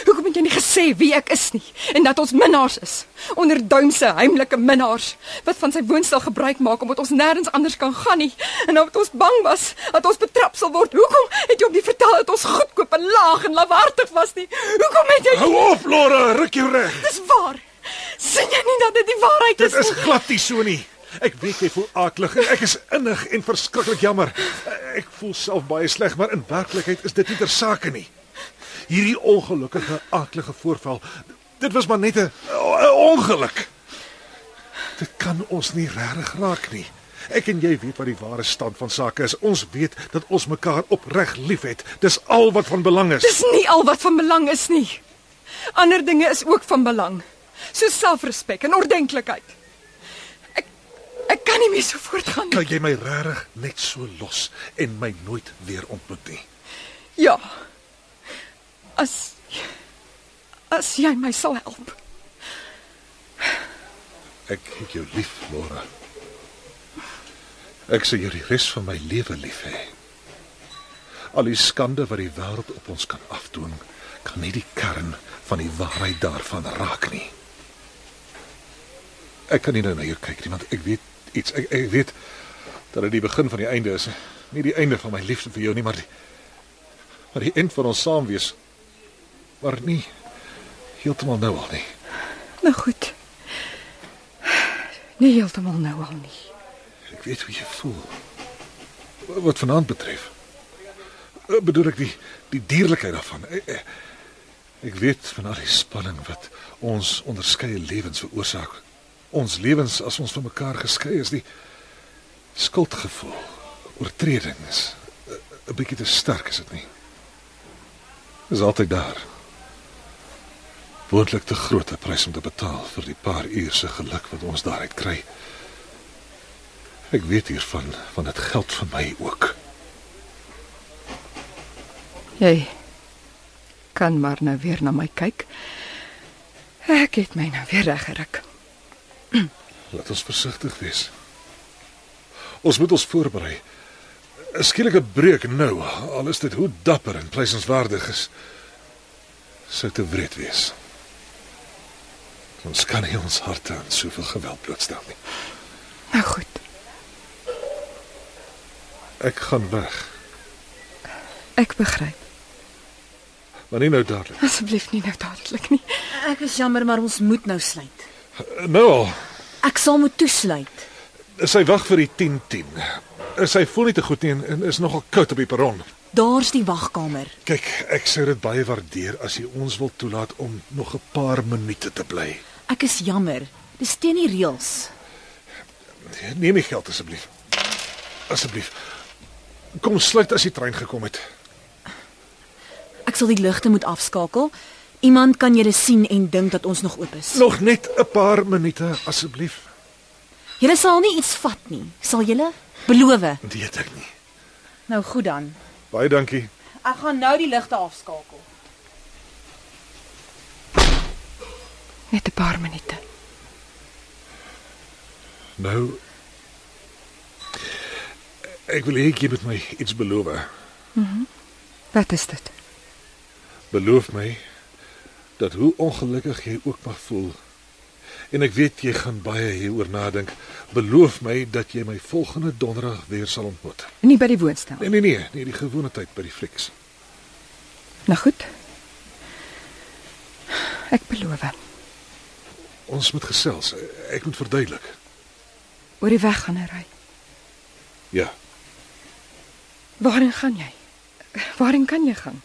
Hoekom het jy nie gesê wie ek is nie en dat ons minnaars is? Onderduimse heimlike minnaars wat van sy woonstel gebruik maak omdat ons nêrens anders kan gaan nie en omdat ons bang was dat ons betrap sal word. Hoekom het jy hom nie vertel dat ons goedkoop en laag en lawaardig was nie? Hoekom het jy Hou op, Laura, ruk jou reg. Dis waar. sien jy nie dat dit die waarheid Dit is? is nie? glad nie so nie. Ek weet jy voel aaklig en ek is innig en verskriklik jammer. Ek voel self baie sleg, maar in werklikheid is dit nie ter sake nie. Hierdie ongelukkige aaklige voorval, dit was maar net 'n 'n ongeluk. Dit kan ons nie regtig raak nie. Ek en jy weet wat die ware stand van sake is. Ons weet dat ons mekaar opreg liefhet. Dis al wat van belang is. Dis nie al wat van belang is nie. Ander dinge is ook van belang, soos selfrespek en ordentlikheid. Ek ek kan nie meer so voortgaan nie. Kan jy my regtig net so los en my nooit weer ontmoet nie? Ja. As as jy my sal help. Ek het jou lief, Laura. Ek sal jou die res van my lewe lief hê. Al die skande wat die wêreld op ons kan afdoen, kan nie die kern van die waarheid daarvan raak nie. Ek kan nie nou na jou kyk nie, want ek weet iets. Ek, ek weet dat dit die begin van die einde is. Nie die einde van my liefde vir jou nie, maar die maar die eind van ons saamwees. Maar nie heeltemal nou al nie. Nou goed. Nee, heeltemal nou al nie. Ek weet hoe jy voel. Wat vanaand betref. Eh, Bedoel ek die die dierlikheid daarvan. Ek, ek- ek weet van al die spanning wat ons onderskeie lewens veroorsaak. Ons lewens as ons van mekaar geskei is, die skuldgevoel, oortredings, eh, 'n bietjie te sterk is dit nie. Is altyd daar. Woordlik te groot 'n prys om te betaal vir die paar uur se geluk wat ons daaruit kry. Ek weet hiervan, want dit geld vir my ook. Jy kan maar nou weer na my kyk. Ek het my nou weer reggeruk. Laat ons versigtig wees. Ons moet ons voorberei. 'n Skielike breek nou, al is dit hoe dapper en prysenswaardig is, sou te wreed wees. Ons kan nie ons harte aan soveel geweld blootstel nie. Nou goed, Ek gaan weg, ek begryp. maar nie nou dadelik. Asseblief nie nou dadelik nie. Ek is jammer, maar ons moet nou sluit. Nou al, Ek sal moet toesluit. sy wag vir die 10:10. Sy voel nie te goed nie en- en is nogal koud op die perron. Daar's die wagkamer. Kyk, ek sou dit baie waardeer as jy ons wil toelaat om nog 'n paar minute te bly. Ek is jammer. Dis teen die reëls. Neem die geld asseblief. Asseblief. Kom sluit as die trein gekom het. Ek sal die ligte moet afskakel. Iemand kan julle sien en dink dat ons nog oop is. Nog net 'n paar minute asseblief. Julle sal nie iets vat nie. Sal julle? Beloof. Nee, dit ek nie. Nou goed dan. Baie dankie. Ek gaan nou die ligte afskakel. Net 'n paar minute. Nou ek wil hê jy moet my iets beloof. Wat is dit? Beloof my dat hoe ongelukkig jy ook mag voel en ek weet jy gaan baie hieroor nadink. Beloof my dat jy my volgende donderdag weer sal ontmoet. Nie by die woonstel. Nee nee nee, nee die gewone tyd by die flieks. Nou goed. Ek beloof. Ons moet gesels. Ek moet verduidelik. Oor die weg gaan ry. Ja. Waarheen gaan jy? Waarheen kan jy gaan?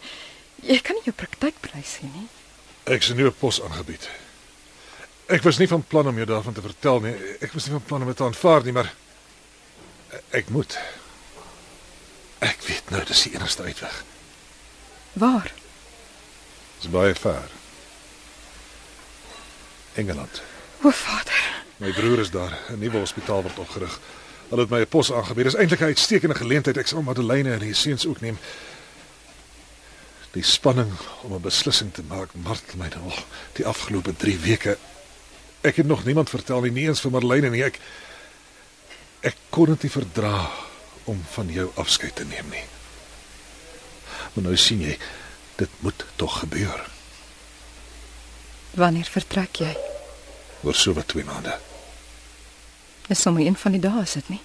Jy kan nie jou praktyk bly sien nie. Ek sien nu 'n pos aangebied. Ek was nie van plan om jou daarvan te vertel nie. Ek was nie van plan om dit te aanvaar nie, maar ek moet. Ek weet nou dis die enigste uitweg. Waar? Dis baie ver. Engeland. O, Vader. My broer is daar. 'n Nuwe hospitaal word opgerig. Hulle het my 'n pos aangebied. Dis eintlik 'n uitstekende geleentheid. Ek sal Madeleine en die seuns ook neem. Die spanning om 'n beslissing te maak martel my nou al die afgelope 3 weke. Ek het nog niemand vertel nie, nie eens vir Madeleine nie. Ek ek kon dit nie verdra om van jou afskeid te neem nie. Maar nou sien jy, dit moet tog gebeur. Wanneer vertrek jy? Oor so wat 2 maande. Dis sommer een van die dae, is dit nie?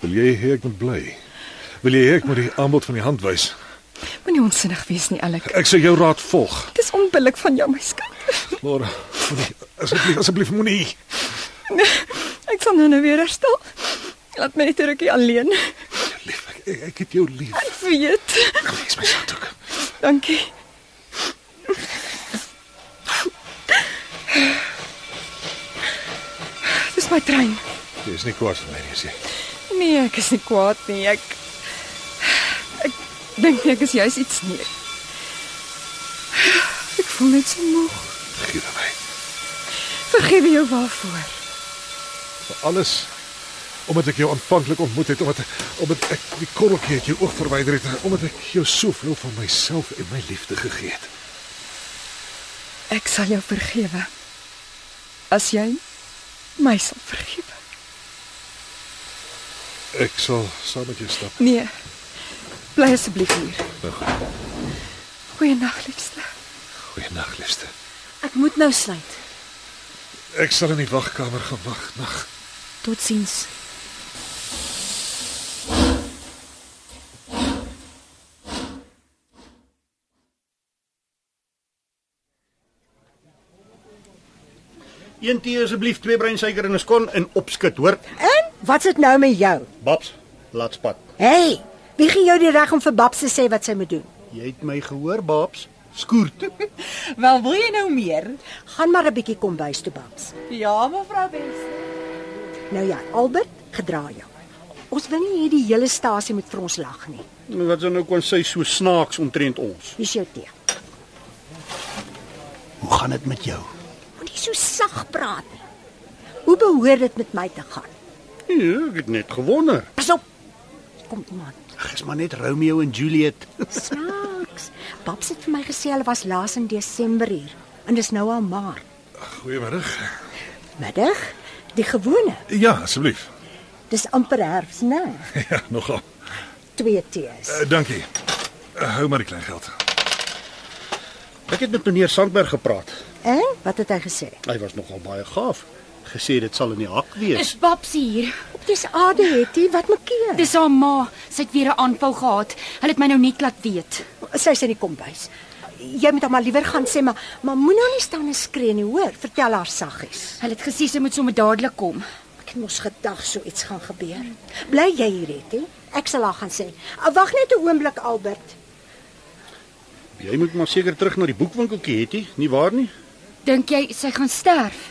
Wil jy hê ek moet bly? Wil jy hê ek moet die aanbod van die hand wys? Moenie onsinnig wees nie, Alek. Ek sê jou raad volg. Dis onbillik van jou, my skat. Laura, moenie asseblief asseblief moenie. Ek sal nou nou weer herstel. Laat my net 'n rukkie alleen. Lief, ek, ek, ek het jou lief. Ek weet. Kom lees my sakdoek. Dankie. Dis my trein. Jy is nie kwaad vir my nie, is jy? Nee, ek is nie kwaad nie. Ek ek dink nie ek is juis iets nie. Ek voel net so moeg. Gee vir my. Vergewe jou waarvoor. Vir alles omdat ek jou aanvanklik ontmoet het, omdat omdat ek die korreltjie uit jou oog verwyder het, omdat ek jou soveel van myself en my liefde gegee het. Ek sal jou vergewe. As jy my sal vergewe. Ek sal saam met jou stap. Nee. Bly asseblief hier. Nou goed. Goeienaand, liefste. Goeienaand, liefste. Ek moet nou sluit. Ek sal in die wagkamer gaan wag. Nag. Totsiens. Een tee asseblief, twee breinsuiker en 'n skon en opskit, hoor? En wat's dit nou met jou? Babs, laat spat. Hey, wie gee jou die reg om vir Babs te sê wat sy moet doen? Jy het my gehoor, Babs? Skoer. Wel, wil jy nou meer? Gaan maar 'n bietjie kom bys toe Babs. Ja, mevrou Best. Nou ja, Albert, gedra jou. Ons wil nie hê die hele stasie moet vir ons lag nie. Wat dan nou kon sy so snaaks omtrent ons. Dis jou tee. Hoe gaan dit met jou? Moenie so sag praat nie. Hoe behoort dit met my te gaan? Nee, ek het net gewonder. Pas op. Kom iemand. Ag, is maar net Romeo en Juliet. Snaaks. Paps het vir my gesê hulle was laas in Desember hier en dis nou al Maart. Goeiemôre. Middag, die gewone. Ja, asseblief. Dis amper herfs, né? Ja, nogal. Twee tees. Eh, dankie. Eh, hou maar die klein geld. Ek het met meneer Sandberg gepraat. En wat het hy gesê? Hy was nogal baie gaaf. Gesê dit sal in die hak wees. Babsie hier. Dis Ade Hetty wat maak keer. Dis haar ma. Sy het weer 'n aanval gehad. Hulle het my nou net laat weet. sy's in die kombuis. Jy moet hom maar liewer gaan sê maar maar moenie nou nie staan en skree nie, hoor? Vertel haar saggies. Hulle het gesê sy moet sommer dadelik kom. Ek het mos gedag so iets gaan gebeur. Bly jy hier, Hetty? Ek sal haar gaan sê. "Ah, Wag net 'n oomblik, Albert. Jy moet maar seker terug na die boekwinkeltjie het jy, nie waar nie? Dink jy sy gaan sterf?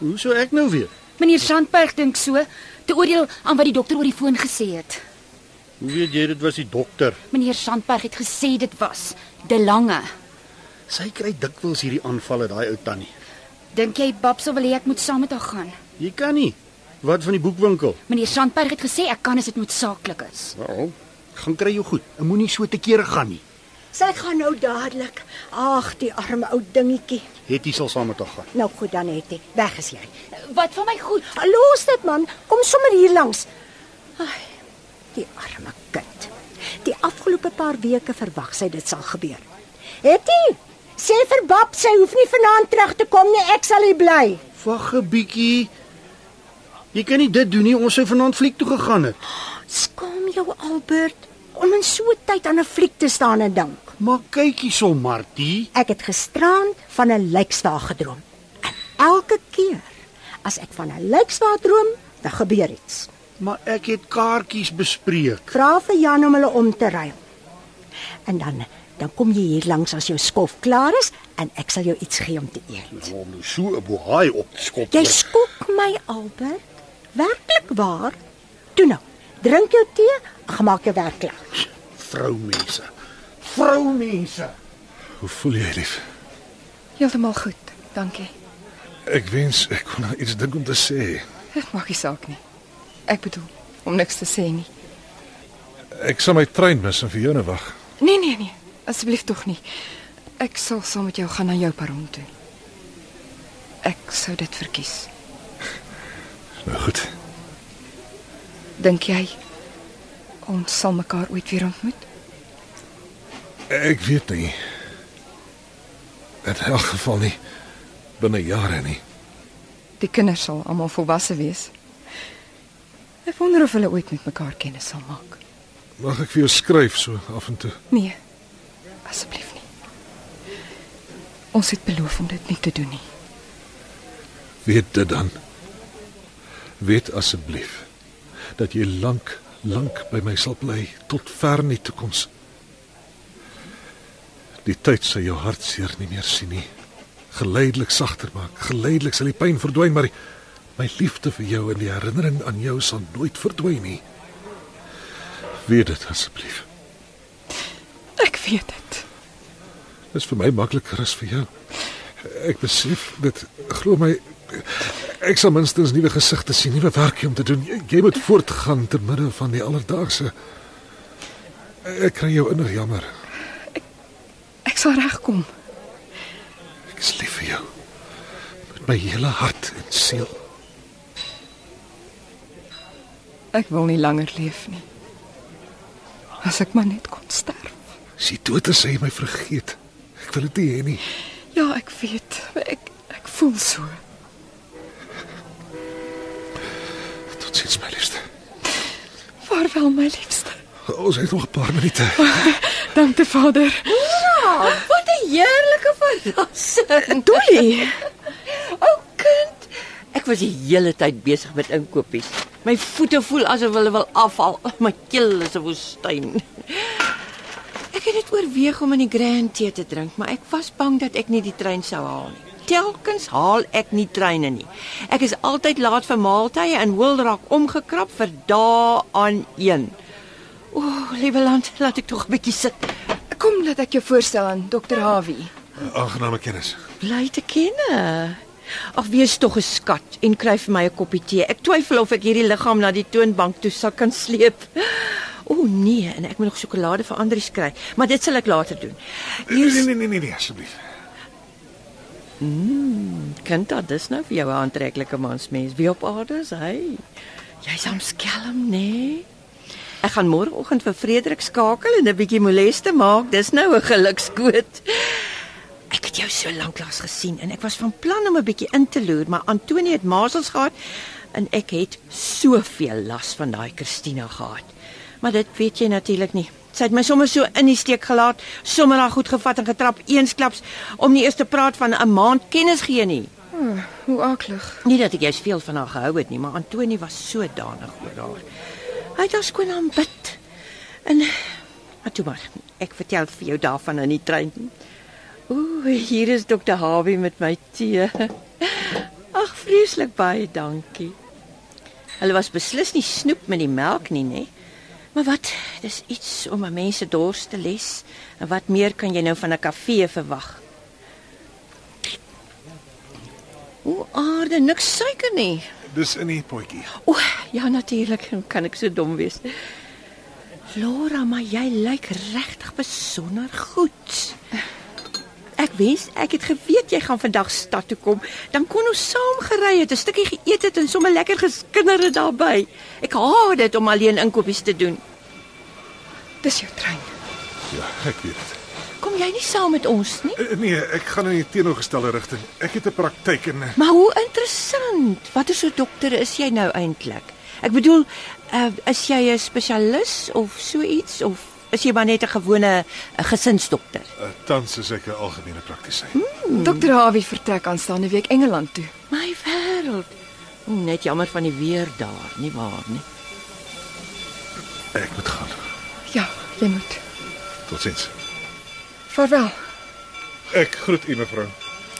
Hoe sou ek nou weet? Meneer Sandberg dink so, te oordeel aan wat die dokter oor die foon gesê het. Hoe weet jy dit was die dokter? Meneer Sandberg het gesê dit was De Lange. Sy kry dikwels hierdie aanvalle daai ou tannie. Dink jy Babsie wil hê ek moet saam met haar gaan? Jy kan nie. Wat van die boekwinkel? Meneer Sandberg het gesê ek kan as dit noodsaaklik is. Wel, gaan kry jou goed. En moenie so te kere gaan nie. Sy gaan nou dadelik. Ag, die arme ou dingetjie. Het jy sal saam met haar gaan. Nou goed dan, Hetty. Weg is jy. Wat van my goed? Ah, Los dit man, kom sommer hier langs. Ai, die arme kind. Die afgelope paar weke verwag sy dit sal gebeur. Hetty, sê vir Bab sy hoef nie vanaand terug te kom nie, ek sal hier bly. Wag 'n bietjie. Jy kan nie dit doen nie. Ons sou vanaand fliek toe gegaan het. Skaam jou Albert om in so 'n tyd aan 'n fliek te staan en dink. Maar kyk hierson, Martie. Ek het gisterand van 'n lijkstaag gedroom. En elke keer as ek van 'n lijkstaag droom, dan gebeur iets. Maar ek het kaartjies bespreek. Vra vir Jan om hulle om te ruil. En dan dan kom jy hier langs as jou skof klaar is en ek sal jou iets gee om te eet. Om nou so 'n bohaai op te skop. Jy skok my Albert. Werklik waar? Toe nou. Drink jou tee, en gemaak jou werk klaar. vroumense. Vroumense. Hoe voel jy, lief? Heeltemal goed, dankie. Ek wens ek kon nou iets dink om te sê. Dit maak nie saak nie. Ek bedoel om niks te sê nie. Ek sal my trein mis en vir jou nou wag. Nee nee nee, asseblief tog nie. Ek sal saam met jou gaan na jou perron toe. Ek sou dit verkies. Nou goed. Dink jy ons sal mekaar ooit weer ontmoet? Ek weet nie. In elk geval nie binne jare nie. Die kinders sal almal volwasse wees. Ek wonder of hulle ooit met mekaar kennis sal maak. Mag ek vir jou skryf so af en toe? Nee. Asseblief nie. Ons het beloof om dit nie te doen nie. Weet dit dan. Weet asseblief dat jy lank, lank by my sal bly tot ver in die toekoms. Die tyd sal jou hartseer nie meer sien nie. Geleidelik sagter maak. Geleidelik sal die pyn verdwyn, maar die- my liefde vir jou en die herinnering aan jou sal nooit verdwyn nie. Weet dit asseblief. Ek weet dit. Dis vir my makliker as vir jou. Ek besef dit, glo my, ek sal minstens nuwe gesigte sien, nuwe werkie om te doen. Jy, jy moet voortgaan ter midde van die alledaagse. Ek kry jou innig jammer. Ek sal regkom. Ek is lief vir jou. Met my hele hart en siel. Ek wil nie langer leef nie. As ek maar net kon sterf. As jy dood is, sê jy my vergeet. Ek wil dit nie hê nie. Ja, ek weet. Ek ek voel so. Totsiens my liefste. Vaarwel my liefste. Ons het nog 'n paar minute. Dankie Vader. Ja, Wat 'n heerlike verrassing. Dolly, O kind, Ek was die hele tyd besig met inkopies. My voete voel asof hulle wil afval. My keel is 'n woestyn. ek het dit oorweeg om in die Grand Tee te drink, maar ek was bang dat ek nie die trein sou haal nie. telkens haal ek nie treine nie. Ek is altyd laat vir maaltye en wil raak omgekrap vir dae aan een. O, liewe land, laat ek tog 'n bietjie sit. Kom laat ek jou voorstel aan Dr. Hawi. Aangename kennis. Bly te ken. Ag wees tog 'n skat en kry vir my 'n koppie tee. Ek twyfel of ek hierdie liggaam na die toonbank toe sal kan sleep. O nee, en ek moet nog sjokolade vir Andrius kry, maar dit sal ek later doen. Nee nee nee nee nee asseblief. Mm, kind, dit is nou vir jou 'n aantreklike mansmens. Wie op aarde is hy? Jy's hom skelm, nee. Ek gaan môreoggend vir Frederik skakel en 'n bietjie moleste maak. Dis nou 'n gelukskoot. Ek het jou so lanklaas gesien en ek was van plan om 'n bietjie in te loer, maar Antoni het masels gehad en ek het soveel las van daai Christina gehad. Maar dit weet jy natuurlik nie. Sy het my sommer so in die steek gelaat, sommer daar goed gevat en getrap eensklaps om nie eers te praat van 'n maand kennis gee nie. Oh, hoe aklig. Nie dat ek jous veel van haar gehou het nie, maar Antoni was so danig oor haar. Hy het haar skoon aanbid. En maar toe maar, ek vertel vir jou daarvan in die trein. Ooh, hier is dokter Hawie met my tee. Ag, vreeslik baie dankie. Hulle was beslis nie snoep met die melk nie, nê? Maar wat, dis iets om 'n mens se dors te les. En wat meer kan jy nou van 'n kafee verwag? O, aarde, niks suiker nie. Dis in die potjie. O, ja natuurlik, hoe kan ek so dom wees? Laura, maar jy lyk regtig besonder goed. Ek wens ek het geweet jy gaan vandag stad toe kom. Dan kon ons saam gery het, 'n stukkie geëet het en sommer lekker geskinder het daarby. Ek haat dit om alleen inkopies te doen. Dis jou trein. Ja, ek weet dit. Kom jy nie saam met ons nie? Eh, Nee, ek gaan in die teenoorgestelde rigting. Ek het 'n praktyk en eh, Maar hoe interessant. Watter soort dokter is jy nou eintlik? Ek bedoel, uh, is jy 'n spesialis of so iets of is jy maar net 'n gewone eh, gesinsdokter? eh, tans is ek 'n algemene praktisyn. Dr. Hawi vertrek aanstaande week Engeland toe. My wêreld. O, Net jammer van die weer daar, nie waar nie. Ek moet gaan. Ja, jy moet. Totsiens. Vaarwel. Ek groet u mevrou.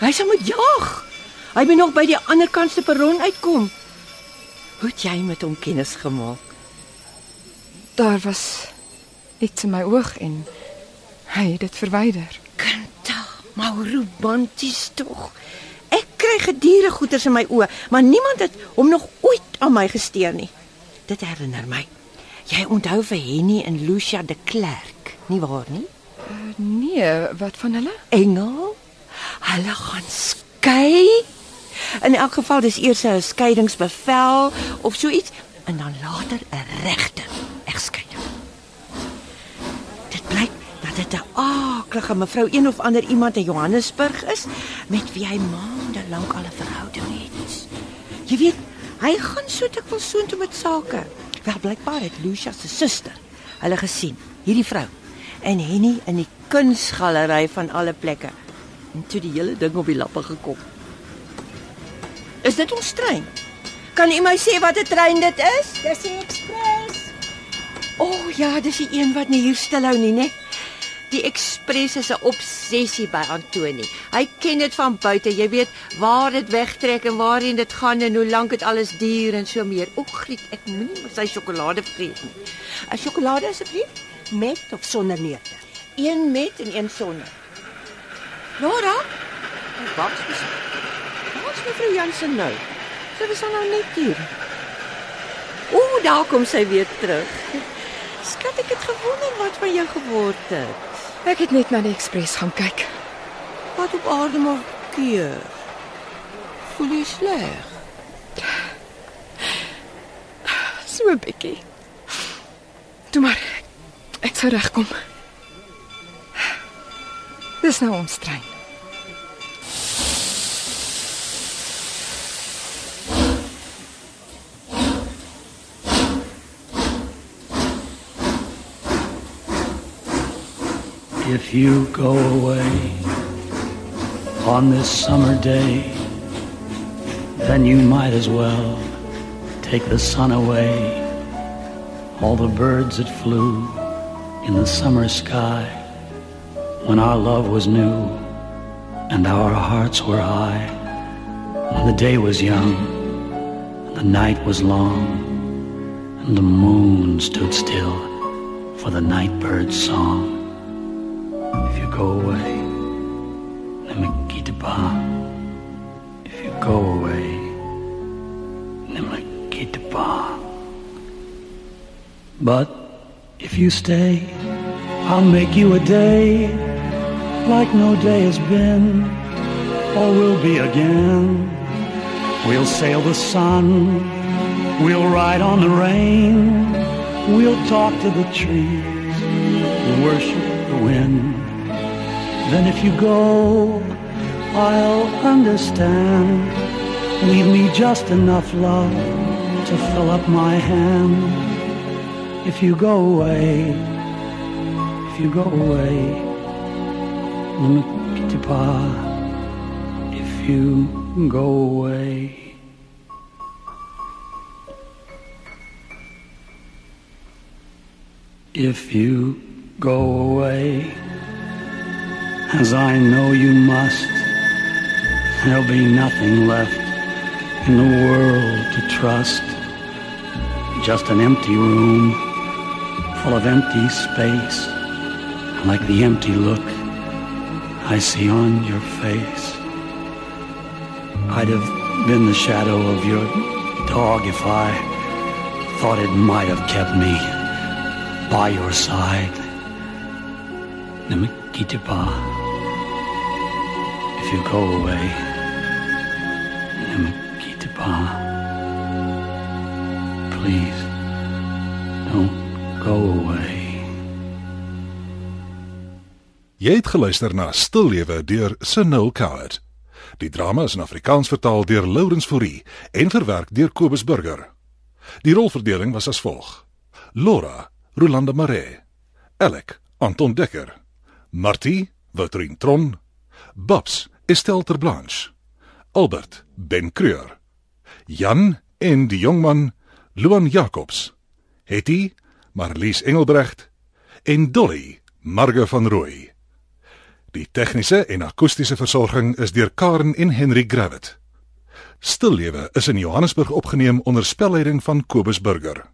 Hy sal moet jag. Hy moet nog by die ander kant se perron uitkom. Hoe het jy met hom kennis gemaak? Daar was iets in my oog en hy het dit verwyder. Kinta, maar hoe romanties tog. Ek kry gedurende goeters in my oë, maar niemand het hom nog ooit aan my gesteer nie. Dit herinner my. Jy onthou vir Henny en Lucia de Klerk, nie waar nie? Nee, wat van hulle? Engel. Hulle gaan skei. In elk geval dis eers 'n skeidingsbevel of so iets en dan later 'n regte egskeiding. Dit blyk dat dit 'n aaklige mevrou een of ander iemand in Johannesburg is met wie hy maande lank al 'n verhouding het. Jy weet, hy gaan so dikwels soontoe met sake. Wel blykbaar het Lucia se suster hulle gesien, hierdie vrou en Henny in die kunsgalery van alle plekke. En toe die hele ding op die lappe gekom. Is dit ons trein? Kan u my sê wat 'n trein dit is? Dis die ekspres. O oh, ja, dis die een wat nie hier stilhou nie, né? Die ekspres is 'n obsessie by Antoni. Hy ken dit van buite. Jy weet waar dit wegtrek en waarheen dit gaan en hoe lank dit alles duur en so meer. O, Griet, ek moenie met sy sjokolade vreet nie. 'n Sjokolade asseblief, Met of sonder neute. een met en een sonder. Nora, wat is Wat is mevrou Jansen nou? Sy was al nou net hier. Ooh, daar kom sy weer terug. Skat, ek het gewonder wat van jou geword het. Ek het net na die ekspres gaan kyk. Wat op aarde maar keer. Voel jy sleg? So 'n bietjie. Toe maar. Ek sou regkom. Dis nou ons trein. If you go away on this summer day, then you might as well take the sun away. All the birds that flew in the summer sky when our love was new. and our hearts were high. And the day was young, and the night was long, and the moon stood still for the night bird's song. If you go away, Nemekitaba. If you go away, Nemekitaba. But if you stay, I'll make you a day like no day has been or will be again. We'll sail the sun, we'll ride on the rain, we'll talk to the trees, worship the wind. Then if you go, I'll understand. Leave me just enough love to fill up my hand. If you go away, if you go away, Nimikitipa, if you go away. If you go away, as I know you must, there'll be nothing left in the world to trust. Just an empty room full of empty space, like the empty look I see on your face. I'd have been the shadow of your dog if I thought it might have kept me by your side. Namikitipa, if you go away, Namikitipa, please don't go away. Jy het geluister na Stillewe deur Sunil Khalid. Die drama is in Afrikaans vertaal deur Lourens Fourie en verwerk deur Kobus Burger. Die rolverdeling was as volg: Laura, Rolanda Maree, Alec, Anton Dekker, Martie, Wouterien Tron, Babs, Estelle Terblanche, Albert, Ben Creur, Jan en die jongman Luan Jacobs, Hetty, Marlies Engelbregt en Dolly, Marge van Rooi. Die tegniese en akoestiese versorging is deur Karen en Henry Gravett. Stillewe is in Johannesburg opgeneem onder spelleiding van Kobus Burger.